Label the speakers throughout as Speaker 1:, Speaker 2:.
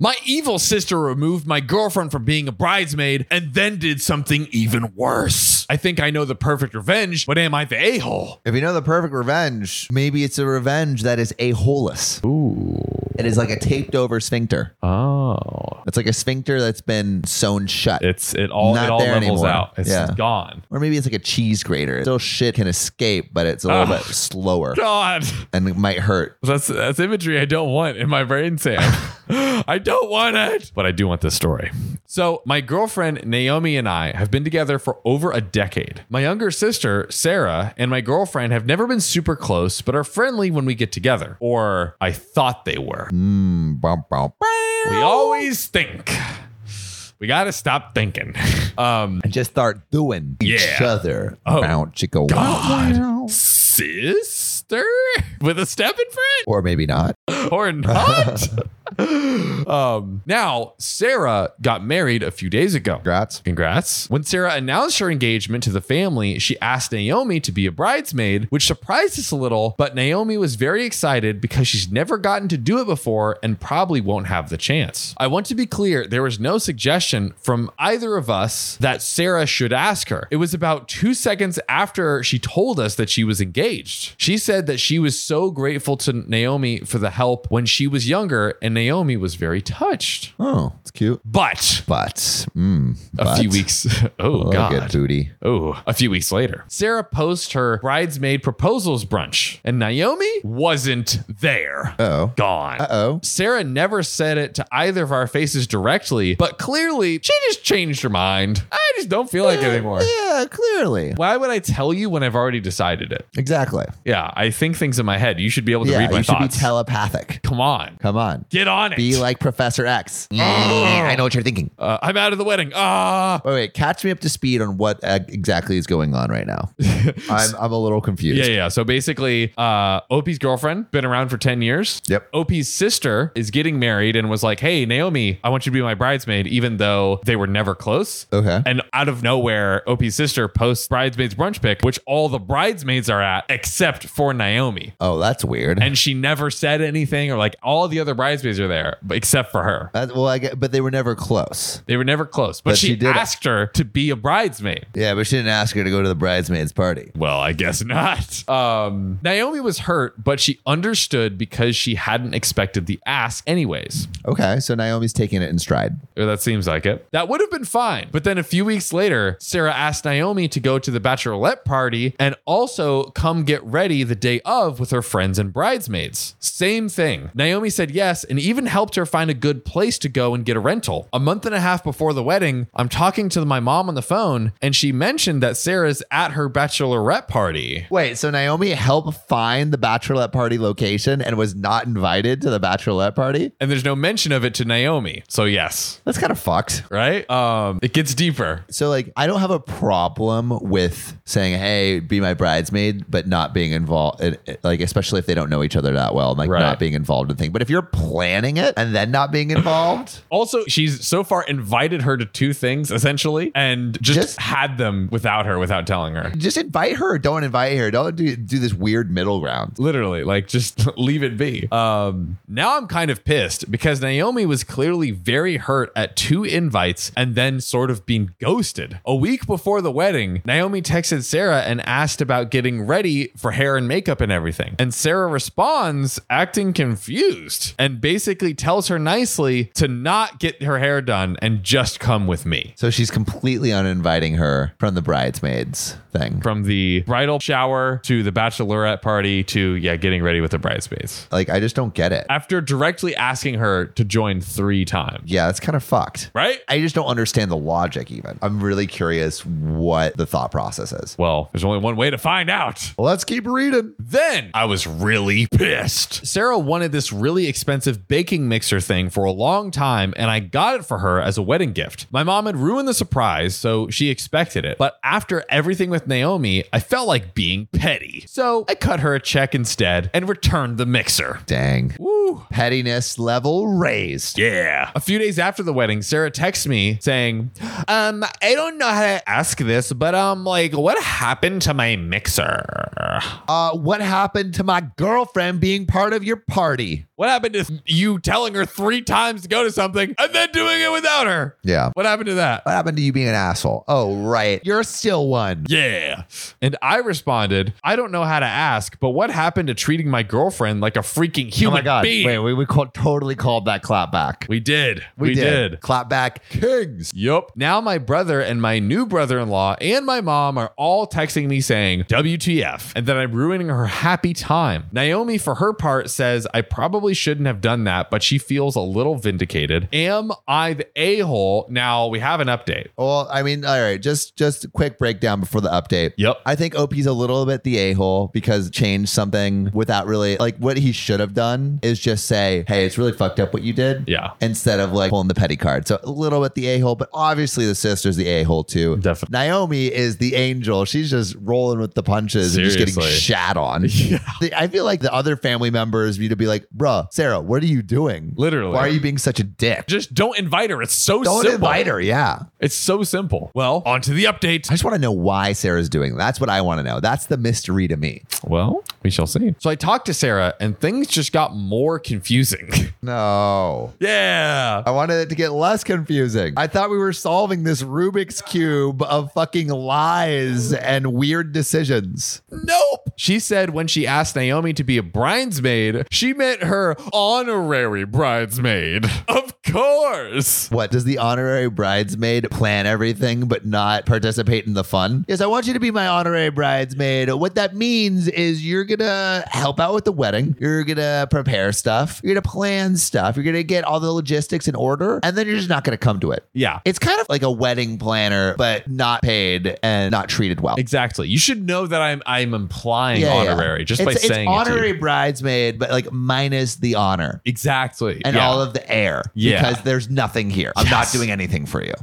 Speaker 1: My evil sister removed my girlfriend from being a bridesmaid and then did something even worse. I think I know the perfect revenge, but am I the a hole?
Speaker 2: If you know the perfect revenge, maybe it's a revenge that is a holus.
Speaker 3: Ooh.
Speaker 2: It is like a taped over sphincter.
Speaker 3: Oh.
Speaker 2: It's like a sphincter that's been sewn shut.
Speaker 3: It's it all
Speaker 2: Not
Speaker 3: it all
Speaker 2: there
Speaker 3: levels
Speaker 2: anymore.
Speaker 3: out. It's
Speaker 2: Yeah.
Speaker 3: gone.
Speaker 2: or maybe it's like a cheese grater. Still shit can escape, but it's a little
Speaker 1: Ah.
Speaker 3: Ugh.
Speaker 2: bit slower
Speaker 3: God.
Speaker 2: and it might hurt.
Speaker 3: That's that's imagery I don't want in my brain, Sam. I don't want it, but I do want this story.
Speaker 1: So, my girlfriend Naomi and I have been together for over a decade. My younger sister, Sarah, and my girlfriend have never been super close, but are friendly when we get together. Or I thought they were.
Speaker 2: Mm, bum, bum, bum.
Speaker 1: We always think. We gotta stop thinking. Um,
Speaker 2: And just start doing each
Speaker 1: Yeah.
Speaker 2: other.
Speaker 1: Oh,
Speaker 2: Bow, chicka, wow.
Speaker 1: sister with a step in front
Speaker 2: Or maybe not.
Speaker 1: or not? um, now Sarah got married a few days ago.
Speaker 2: Congrats.
Speaker 1: Congrats. When Sarah announced her engagement to the family, she asked Naomi to be a bridesmaid, which surprised us a little, but Naomi was very excited because she's never gotten to do it before and probably won't have the chance. I want to be clear there was no suggestion from either of us that Sarah should ask her. It was about two seconds after she told us that she was engaged. She said that she was so grateful to Naomi for the help when she was younger, and Naomi was very touched.
Speaker 2: Oh, it's cute.
Speaker 1: But
Speaker 2: But, mm,
Speaker 1: a
Speaker 2: but.
Speaker 1: few weeks. Oh,
Speaker 2: Oh,
Speaker 1: God.
Speaker 2: good booty.
Speaker 1: Oh, a few weeks later, Sarah posts her bridesmaid proposals brunch, and Naomi wasn't there.
Speaker 2: Oh.
Speaker 1: Gone.
Speaker 2: Uh oh.
Speaker 1: Sarah never said it to either of our faces directly, but clearly she just changed her mind. I just don't feel like it anymore.
Speaker 2: Yeah, clearly.
Speaker 1: Why would I tell you when I've already decided it?
Speaker 2: Exactly.
Speaker 1: Yeah, I think things in my head. You should be able to
Speaker 2: Yeah,
Speaker 1: read my
Speaker 2: you should
Speaker 1: thoughts.
Speaker 2: be telepathic.
Speaker 1: Come on.
Speaker 2: Come on.
Speaker 1: Get on it.
Speaker 2: Be like Professor X. I know what you're thinking.
Speaker 1: uh, I'm out of the wedding. Ah.
Speaker 2: Wait, wait, catch me up to speed on what uh, exactly is going on right now. I'm, I'm a little confused.
Speaker 1: Yeah, yeah. So basically, uh, Opie's girlfriend been around for ten years.
Speaker 2: Yep.
Speaker 1: Opie's sister is getting married and was like, "Hey, Naomi, I want you to be my bridesmaid," even though they were never close.
Speaker 2: Okay.
Speaker 1: And out of nowhere, Opie's sister posts bridesmaids brunch pic, which all the bridesmaids are at except for Naomi.
Speaker 2: oh, that's weird.
Speaker 1: And she never said anything, or like all the other bridesmaids are there but- except for her.
Speaker 2: That- well, I get, but they were never close.
Speaker 1: They were never close, but,
Speaker 2: But
Speaker 1: she,
Speaker 2: she did it.
Speaker 1: asked her to be a bridesmaid.
Speaker 2: Yeah, but she didn't ask her to go to the bridesmaids party.
Speaker 1: Well, I guess not. Um, Naomi was hurt, but she understood because she hadn't expected the ask, anyways.
Speaker 2: Okay, so Naomi's taking it in stride.
Speaker 1: Or that seems like it. That would have been fine. But then a few weeks later, Sarah asked Naomi to go to the bachelorette party and also come get ready the day of with her friends and bridesmaids. Same thing. Naomi said yes and even helped her find a good place to go and get a rental. A month and a half before the wedding, I'm talking to my mom on the phone and she mentioned that Sarah's at her bachelorette party.
Speaker 2: Wait, so Naomi helped find the bachelorette party location and was not invited to the bachelorette party?
Speaker 1: And there's no mention of it to Naomi. So, yes,
Speaker 2: That's kind of fucked.
Speaker 1: right? Um, it gets deeper.
Speaker 2: So, like, I don't have a problem with saying, hey, be my bridesmaid, but not being involved, it- it- like, especially if they don't know each other that well, like,
Speaker 1: Right.
Speaker 2: not being involved in the thing. But if you're planning it and then not being involved,
Speaker 1: Also, she's so far invited her to two things essentially, and just,
Speaker 2: Just-
Speaker 1: had them without her, without telling her.
Speaker 2: just invite her. Don't invite her. Don't do, do this weird middle ground.
Speaker 1: Literally, like just leave it be. Um, now I'm kind of pissed because Naomi was clearly very hurt at two invites and then sort of being ghosted. A week before the wedding, Naomi texted Sarah and asked about getting ready for hair and makeup and everything. And Sarah responds, acting confused, and basically tells her nicely to not get her hair done and just come with me.
Speaker 2: So she's completely uninviting her from the bridesmaids thing.
Speaker 1: from the bridal shower to the bachelorette party to yeah getting ready with the bridesmaids
Speaker 2: Like, I just don't get it.
Speaker 1: after directly asking her to join three times
Speaker 2: Yeah, that's kind of fucked.
Speaker 1: right
Speaker 2: I just don't understand the logic, even. I'm really curious what the thought process is.
Speaker 1: well there's only one way to find out
Speaker 2: Let's keep reading.
Speaker 1: then i was really pissed sarah wanted this really expensive baking mixer thing for a long time and i got it for her as a wedding gift my mom had ruined the surprise so she expected it but after everything with naomi i felt like being petty so i cut her a check instead and returned the mixer
Speaker 2: Dang.
Speaker 1: Woo!
Speaker 2: Pettiness level raised.
Speaker 4: Yeah.
Speaker 1: A few days after the wedding, Sarah texts me saying, "Um, I don't know how to ask this, but um, like, what happened to my mixer?
Speaker 2: Uh, what happened to my girlfriend being part of your party?
Speaker 1: What happened to you telling her three times to go to something and then doing it without her?
Speaker 2: Yeah.
Speaker 1: What happened to that?"
Speaker 2: What happened to you being an asshole? Oh, right. You're still one.
Speaker 1: Yeah. And I responded, I don't know how to ask, but what happened to treating my girlfriend like a freaking
Speaker 2: Oh
Speaker 1: human
Speaker 2: my god.
Speaker 1: being?
Speaker 2: Wait, we, we call, totally called that clap back.
Speaker 1: We did. We, did.
Speaker 2: Clap back. Kings.
Speaker 1: Yup. Now my brother and my new brother-in-law and my mom are all texting me saying WTF and that I'm ruining her happy time. Naomi for her part says I probably shouldn't have done that, but she feels a little vindicated. Am I the a-hole? Now we have an update.
Speaker 2: Well, I mean, all right, just just a quick breakdown before the update.
Speaker 1: Yep.
Speaker 2: I think OP's a little bit the a-hole because changed something without really like what he should have done is just say, Hey, it's really fucked up what you did.
Speaker 1: Yeah.
Speaker 2: Instead of like pulling the petty card. So a little bit the a-hole, but obviously the sister's the a-hole too.
Speaker 1: Definitely.
Speaker 2: Naomi is the angel. She's just rolling with the punches and just getting
Speaker 1: Seriously.
Speaker 2: shat on. Yeah. I feel like the other family members need to be like, bruh, Sarah, what are you doing?
Speaker 1: Literally.
Speaker 2: Why are you being such a dick?
Speaker 1: Just don't invite her. It's so
Speaker 2: Don't
Speaker 1: simple.
Speaker 2: invite her, yeah.
Speaker 1: It's so simple. Well, on to the update.
Speaker 2: I just want to know why Sarah's doing that. That's what I want to know. That's the mystery to me.
Speaker 1: Well, we shall see. So I talked to Sarah and things just got more confusing.
Speaker 2: No.
Speaker 1: yeah.
Speaker 2: I wanted it to get less confusing. I thought we were solving this Rubik's Cube of fucking lies and weird decisions.
Speaker 1: Nope. She said when she asked Naomi to be a bridesmaid, she meant her honorary bridesmaid. Of course.
Speaker 2: What does the honorary bridesmaid plan everything but not participate in the fun? Yes, I want you to be my honorary bridesmaid. What that means is you're gonna help out with the wedding, you're gonna prepare stuff, you're gonna plan stuff, you're gonna get all the logistics in order, and then you're just not gonna come to it.
Speaker 1: Yeah.
Speaker 2: It's kind of like a wedding planner, but not paid and not treated well.
Speaker 1: Exactly. You should know that I'm I'm implying honorary just
Speaker 2: it's,
Speaker 1: by
Speaker 2: it's
Speaker 1: saying
Speaker 2: honorary
Speaker 1: it. to you.
Speaker 2: bridesmaid, but like minus the honor
Speaker 1: Exactly.
Speaker 2: and
Speaker 1: Yeah.
Speaker 2: all of the air
Speaker 1: Yeah.
Speaker 2: because there's nothing here. I'm
Speaker 1: Yes.
Speaker 2: not doing anything for you.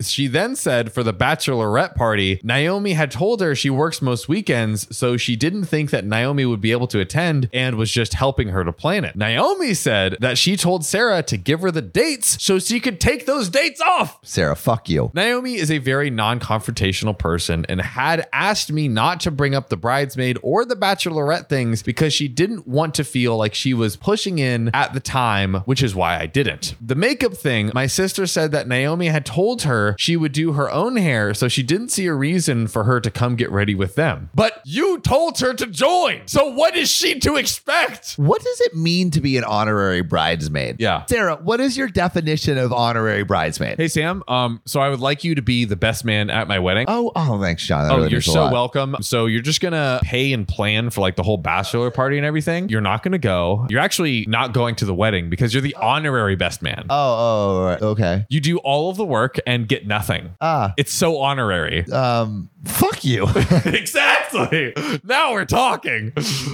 Speaker 1: She then said for the bachelorette party, Naomi had told her she works most weekends, so she didn't think that Naomi would be able to attend and was just helping her to plan it. Naomi said that she told Sarah to give her the dates so she could take those dates off.
Speaker 2: Sarah, fuck you.
Speaker 1: Naomi is a very non confrontational person and had asked me not to bring up the bridesmaid or the bachelorette things because she didn't want to feel like she was pushing in at the time, which is why I didn't. The makeup thing, my sister said that Naomi had told her she would do her own hair, so she didn't see a reason for her to come get ready with them. But you told her to join, so what is she to expect?
Speaker 2: What does it mean to be an honorary bridesmaid?
Speaker 1: Yeah.
Speaker 2: Sarah, what is your definition of honorary bridesmaid?
Speaker 1: Hey Sam, um, so I would like you to be the best man at my wedding.
Speaker 2: Oh, oh, thanks, Sean. That
Speaker 1: Oh,
Speaker 2: really
Speaker 1: you're
Speaker 2: means a
Speaker 1: so
Speaker 2: lot.
Speaker 1: welcome. So you're just gonna pay and plan for like the whole bachelor party and everything. You're not gonna go. You're actually not going to the wedding because you're the honorary best man.
Speaker 2: Oh, oh, right. okay.
Speaker 1: You do all of the work and get nothing.
Speaker 2: Ah,
Speaker 1: It's so honorary.
Speaker 2: um, fuck you.
Speaker 1: exactly. Now we're talking.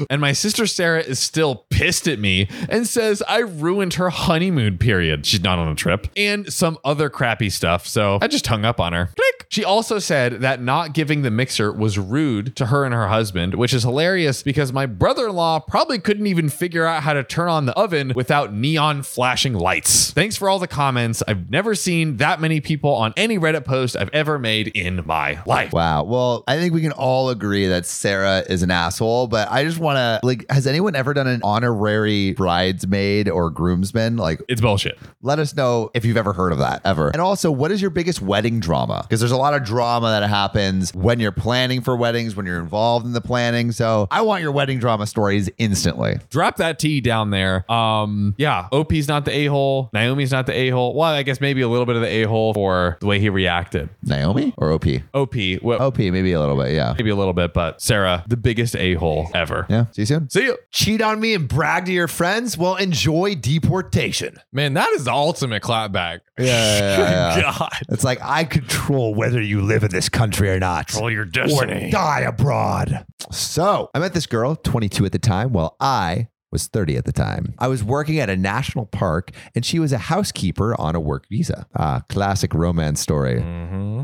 Speaker 1: And my sister Sarah is still pissed at me and says I ruined her honeymoon period. She's not on a trip and some other crappy stuff. So I just hung up on her. Click. She also said that not giving the mixer was rude to her and her husband, which is hilarious because my brother in law probably couldn't even figure out how to turn on the oven without neon flashing lights. Thanks for all the comments. I've never seen that many people on any Reddit post I've ever made in my life.
Speaker 2: Wow. Well, I think we can all agree that Sarah is an asshole, but I just want to like, has anyone ever done an honorary bridesmaid or groomsman? Like,
Speaker 1: It's bullshit.
Speaker 2: let us know if you've ever heard of that ever. And also, what is your biggest wedding drama? Because there's a lot of drama that happens when you're planning for weddings, when you're involved in the planning. So I want your wedding drama stories instantly.
Speaker 1: drop that T down there. Um, yeah, OP's not the a hole. Naomi's not the a hole. Well, I guess maybe a little bit of the a hole for the way he reacted.
Speaker 2: Naomi or OP?
Speaker 1: OP, well,
Speaker 2: OP, maybe a little bit. Yeah.
Speaker 1: maybe a little bit, but Sarah, the biggest a hole ever.
Speaker 2: Yeah. See you soon.
Speaker 1: See you.
Speaker 2: Cheat on me and brag to your friends? Well, enjoy deportation.
Speaker 1: Man, that is the ultimate clapback.
Speaker 2: Yeah. yeah, yeah, yeah.
Speaker 1: God.
Speaker 2: It's like I control whether you live in this country or not.
Speaker 4: All your
Speaker 2: die abroad. So I met this girl, 22 at the time, while I was 30 at the time. I was working at a national park and she was a housekeeper on a work visa. Ah, classic romance story.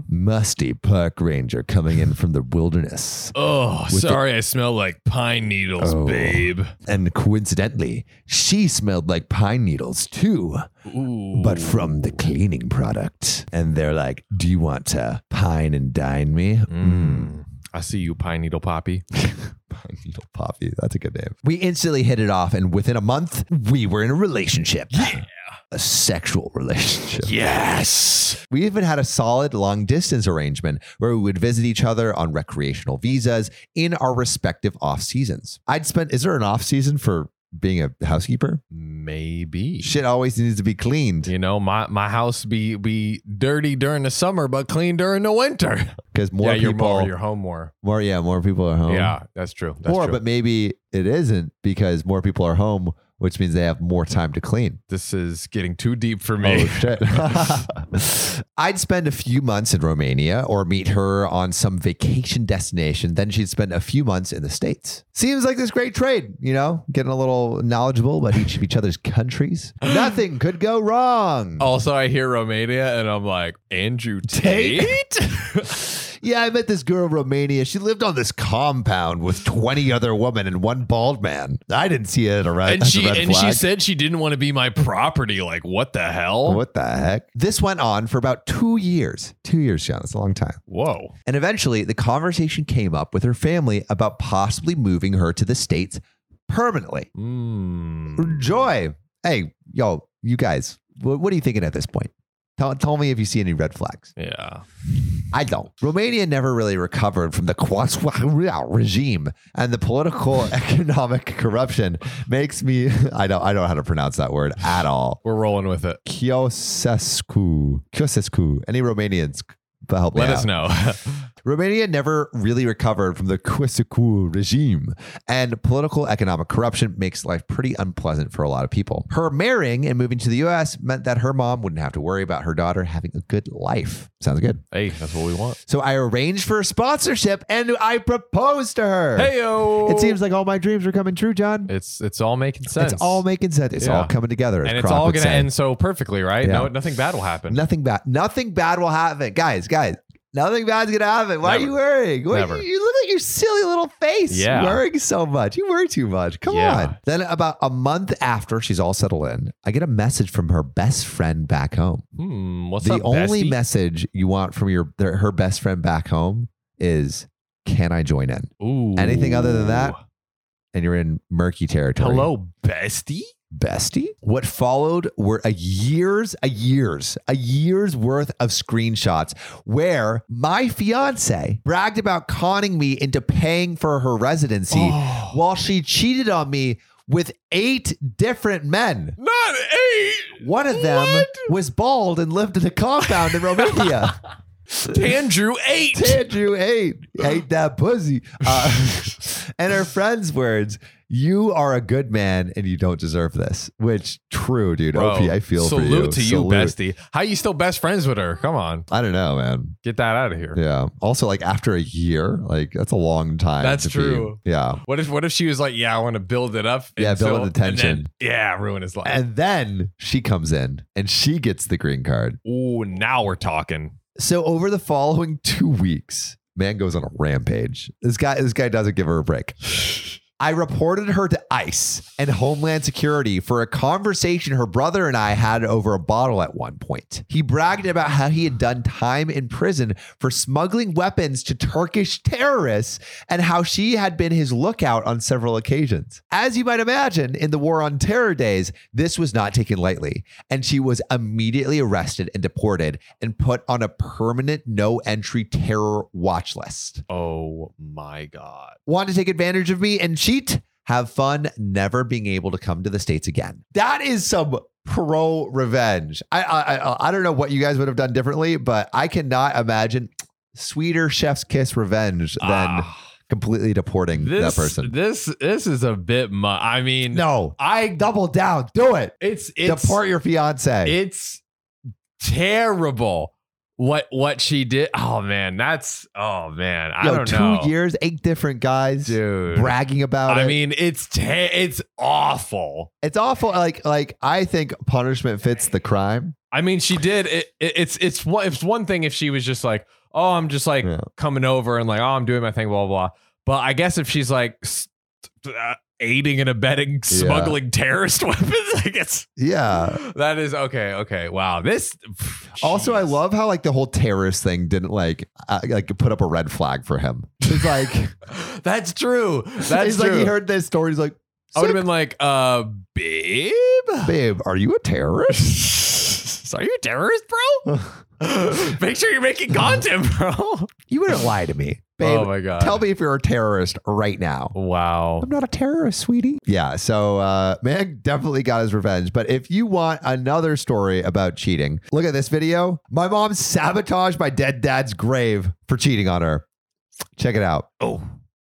Speaker 2: Musty park ranger coming in from the wilderness.
Speaker 1: Oh, sorry, I smell like pine needles,
Speaker 2: Oh.
Speaker 1: babe.
Speaker 2: And coincidentally, she smelled like pine needles too,
Speaker 1: Ooh.
Speaker 2: but from the cleaning product. And they're like, Do you want to pine and dine me?
Speaker 1: Mm. I see you, pine needle poppy.
Speaker 2: Pine Needle Poppy. That's a good name. We instantly hit it off, and within a month, we were in a relationship. Yeah. A sexual relationship.
Speaker 1: Yes.
Speaker 2: We even had a solid long distance arrangement where we would visit each other on recreational visas in our respective off seasons. I'd spent, is there an off season for being a housekeeper?
Speaker 1: Maybe.
Speaker 2: Shit always needs to be cleaned
Speaker 1: You know, my, my house be be dirty during the summer, but clean during the winter.
Speaker 2: because more
Speaker 1: yeah, you're
Speaker 2: people,
Speaker 1: more,
Speaker 2: more,
Speaker 1: you're home more.
Speaker 2: yeah, more people are home.
Speaker 1: Yeah, that's true. That's
Speaker 2: more,
Speaker 1: true.
Speaker 2: but maybe it isn't because more people are home, which means they have more time to clean.
Speaker 1: this is getting too deep for me.
Speaker 2: Oh, shit. I'd spend a few months in Romania or meet her on some vacation destination. Then she'd spend a few months in the States. Seems like this great trade, you know, getting a little knowledgeable about each of each other's countries. Nothing could go wrong.
Speaker 1: also, I hear Romania and I'm like, Andrew Tate?
Speaker 2: Yeah, I met this girl in Romania. She lived on this compound with 20 other women and one bald man. I didn't see it around.
Speaker 1: and she and she said "Oh." she didn't want to be my property. Like, what the hell?
Speaker 2: What the heck? This went on for about two years. Two years, Sean. That's a long time.
Speaker 1: Whoa.
Speaker 2: And eventually, the conversation came up with her family about possibly moving her to the States permanently.
Speaker 1: Mm.
Speaker 2: Joy, hey, yo, you guys, wh- what are you thinking at this point? Tell, tell me if you see any red flags.
Speaker 1: Yeah.
Speaker 2: I don't. Romania never really recovered from the Cuasua regime, and the political economic corruption makes me. I don't. I don't know how to pronounce that word at all.
Speaker 1: We're rolling with it.
Speaker 2: Ceausescu. Ceausescu. Any Romanians? Help me
Speaker 1: Let
Speaker 2: out.
Speaker 1: us know.
Speaker 2: Romania never really recovered from the Ceausescu regime, and political economic corruption makes life pretty unpleasant for a lot of people. Her marrying and moving to the US meant that her mom wouldn't have to worry about her daughter having a good life. Sounds good.
Speaker 1: hey, that's what we want.
Speaker 2: So I arranged for a sponsorship and I proposed to her.
Speaker 1: Hey
Speaker 2: It seems like all my dreams are coming true, John.
Speaker 1: it's it's all making sense.
Speaker 2: It's all making sense. It's
Speaker 1: Yeah.
Speaker 2: all coming together. as
Speaker 1: and it's
Speaker 2: Kronk
Speaker 1: all
Speaker 2: would
Speaker 1: gonna
Speaker 2: say.
Speaker 1: end so perfectly, right?
Speaker 2: Yeah.
Speaker 1: No, nothing bad will happen.
Speaker 2: Nothing bad. Nothing bad will happen, guys. Guys, nothing bad's gonna happen. Why are you worrying? Why-
Speaker 1: Never.
Speaker 2: You look at your silly little face.
Speaker 1: Yeah.
Speaker 2: worrying so much. You worry too much. Come
Speaker 1: Yeah.
Speaker 2: on. Then about a month after she's all settled in, I get a message from her best friend back home.
Speaker 1: Hmm, what's
Speaker 2: the
Speaker 1: up,
Speaker 2: only
Speaker 1: bestie?
Speaker 2: message you want from your their- her best friend back home is, "Can I join in?"
Speaker 1: Ooh.
Speaker 2: anything other than that? And you're in murky territory.
Speaker 1: Hello, bestie.
Speaker 2: bestie. What followed were a year's, a year's, a year's worth of screenshots where my fiance bragged about conning me into paying for her residency
Speaker 1: Oh.
Speaker 2: while she cheated on me with eight different men.
Speaker 1: Not eight.
Speaker 2: One of them
Speaker 1: What?
Speaker 2: was bald and lived in a compound in Romania.
Speaker 1: Andrew eight.
Speaker 2: Andrew ate ate that pussy. Uh, and her friend's words, you are a good man and you don't deserve this. Which true, dude.
Speaker 1: Bro,
Speaker 2: OP, I feel
Speaker 1: salute
Speaker 2: for
Speaker 1: to
Speaker 2: you.
Speaker 1: you,
Speaker 2: Salute.
Speaker 1: bestie. How you still best friends with her? Come on,
Speaker 2: I don't know, man.
Speaker 1: get that out of here.
Speaker 2: Yeah. Also, like after a year, like that's a long time.
Speaker 1: That's
Speaker 2: to be-
Speaker 1: true.
Speaker 2: yeah.
Speaker 1: What if what if she was like, yeah, I want to build it up,
Speaker 2: Yeah,
Speaker 1: and
Speaker 2: build the
Speaker 1: and
Speaker 2: tension.
Speaker 1: then, yeah, ruin his life.
Speaker 2: And then she comes in and she gets the green card.
Speaker 1: Ooh, now we're talking.
Speaker 2: So over the following two weeks, man goes on a rampage. This guy, this guy doesn't give her a break. I reported her to ICE and Homeland Security for a conversation her brother and I had over a bottle at one point. He bragged about how he had done time in prison for smuggling weapons to Turkish terrorists and how she had been his lookout on several occasions. As you might imagine, in the War on Terror days, this was not taken lightly, and she was immediately arrested and deported and put on a permanent no entry terror watch list
Speaker 1: Oh my god.
Speaker 2: want to take advantage of me and cheat, have fun, never being able to come to the States again. That is some pro revenge. I, I, I, I don't know what you guys would have done differently, but I cannot imagine sweeter chef's kiss revenge than
Speaker 1: Ah,
Speaker 2: completely deporting
Speaker 1: this,
Speaker 2: that person.
Speaker 1: This this is a bit much. I mean,
Speaker 2: no,
Speaker 1: I
Speaker 2: double down, do it.
Speaker 1: it's it's
Speaker 2: Deport your fiance.
Speaker 1: it's terrible. what what she did. Oh man, that's oh man, I
Speaker 2: Yo,
Speaker 1: don't
Speaker 2: two
Speaker 1: know,
Speaker 2: years, eight different guys
Speaker 1: dude.
Speaker 2: bragging about
Speaker 1: I
Speaker 2: it.
Speaker 1: mean, it's te- it's awful.
Speaker 2: it's awful. Like, like I think punishment fits the crime.
Speaker 1: I mean, she did. It, it, it's it's one it's one thing if she was just like, oh, I'm just like
Speaker 2: Yeah.
Speaker 1: coming over and like, oh, I'm doing my thing, blah blah. blah. But I guess if she's like s- uh, aiding and abetting smuggling terrorist weapons, I guess
Speaker 2: Yeah.
Speaker 1: that is okay. Okay, wow. This
Speaker 2: Uh. Also, I
Speaker 1: Jeez.
Speaker 2: love how like the whole terrorist thing didn't like uh, like put up a red flag for him. It's like
Speaker 1: That's true. That's
Speaker 2: it's like he
Speaker 1: true.
Speaker 2: heard this story. He's like,
Speaker 1: I would have been like, uh, babe,
Speaker 2: babe, are you a terrorist?
Speaker 1: are you a terrorist, bro? Make sure you're making content, bro.
Speaker 2: You wouldn't lie to me, babe.
Speaker 1: oh my god.
Speaker 2: Tell me if you're a terrorist right now.
Speaker 1: Wow.
Speaker 2: I'm not a terrorist, sweetie. Yeah, so uh, man definitely got his revenge. But if you want another story about cheating, look at this video. My mom sabotaged my dead dad's grave for cheating on her. Check it out.
Speaker 1: Oh.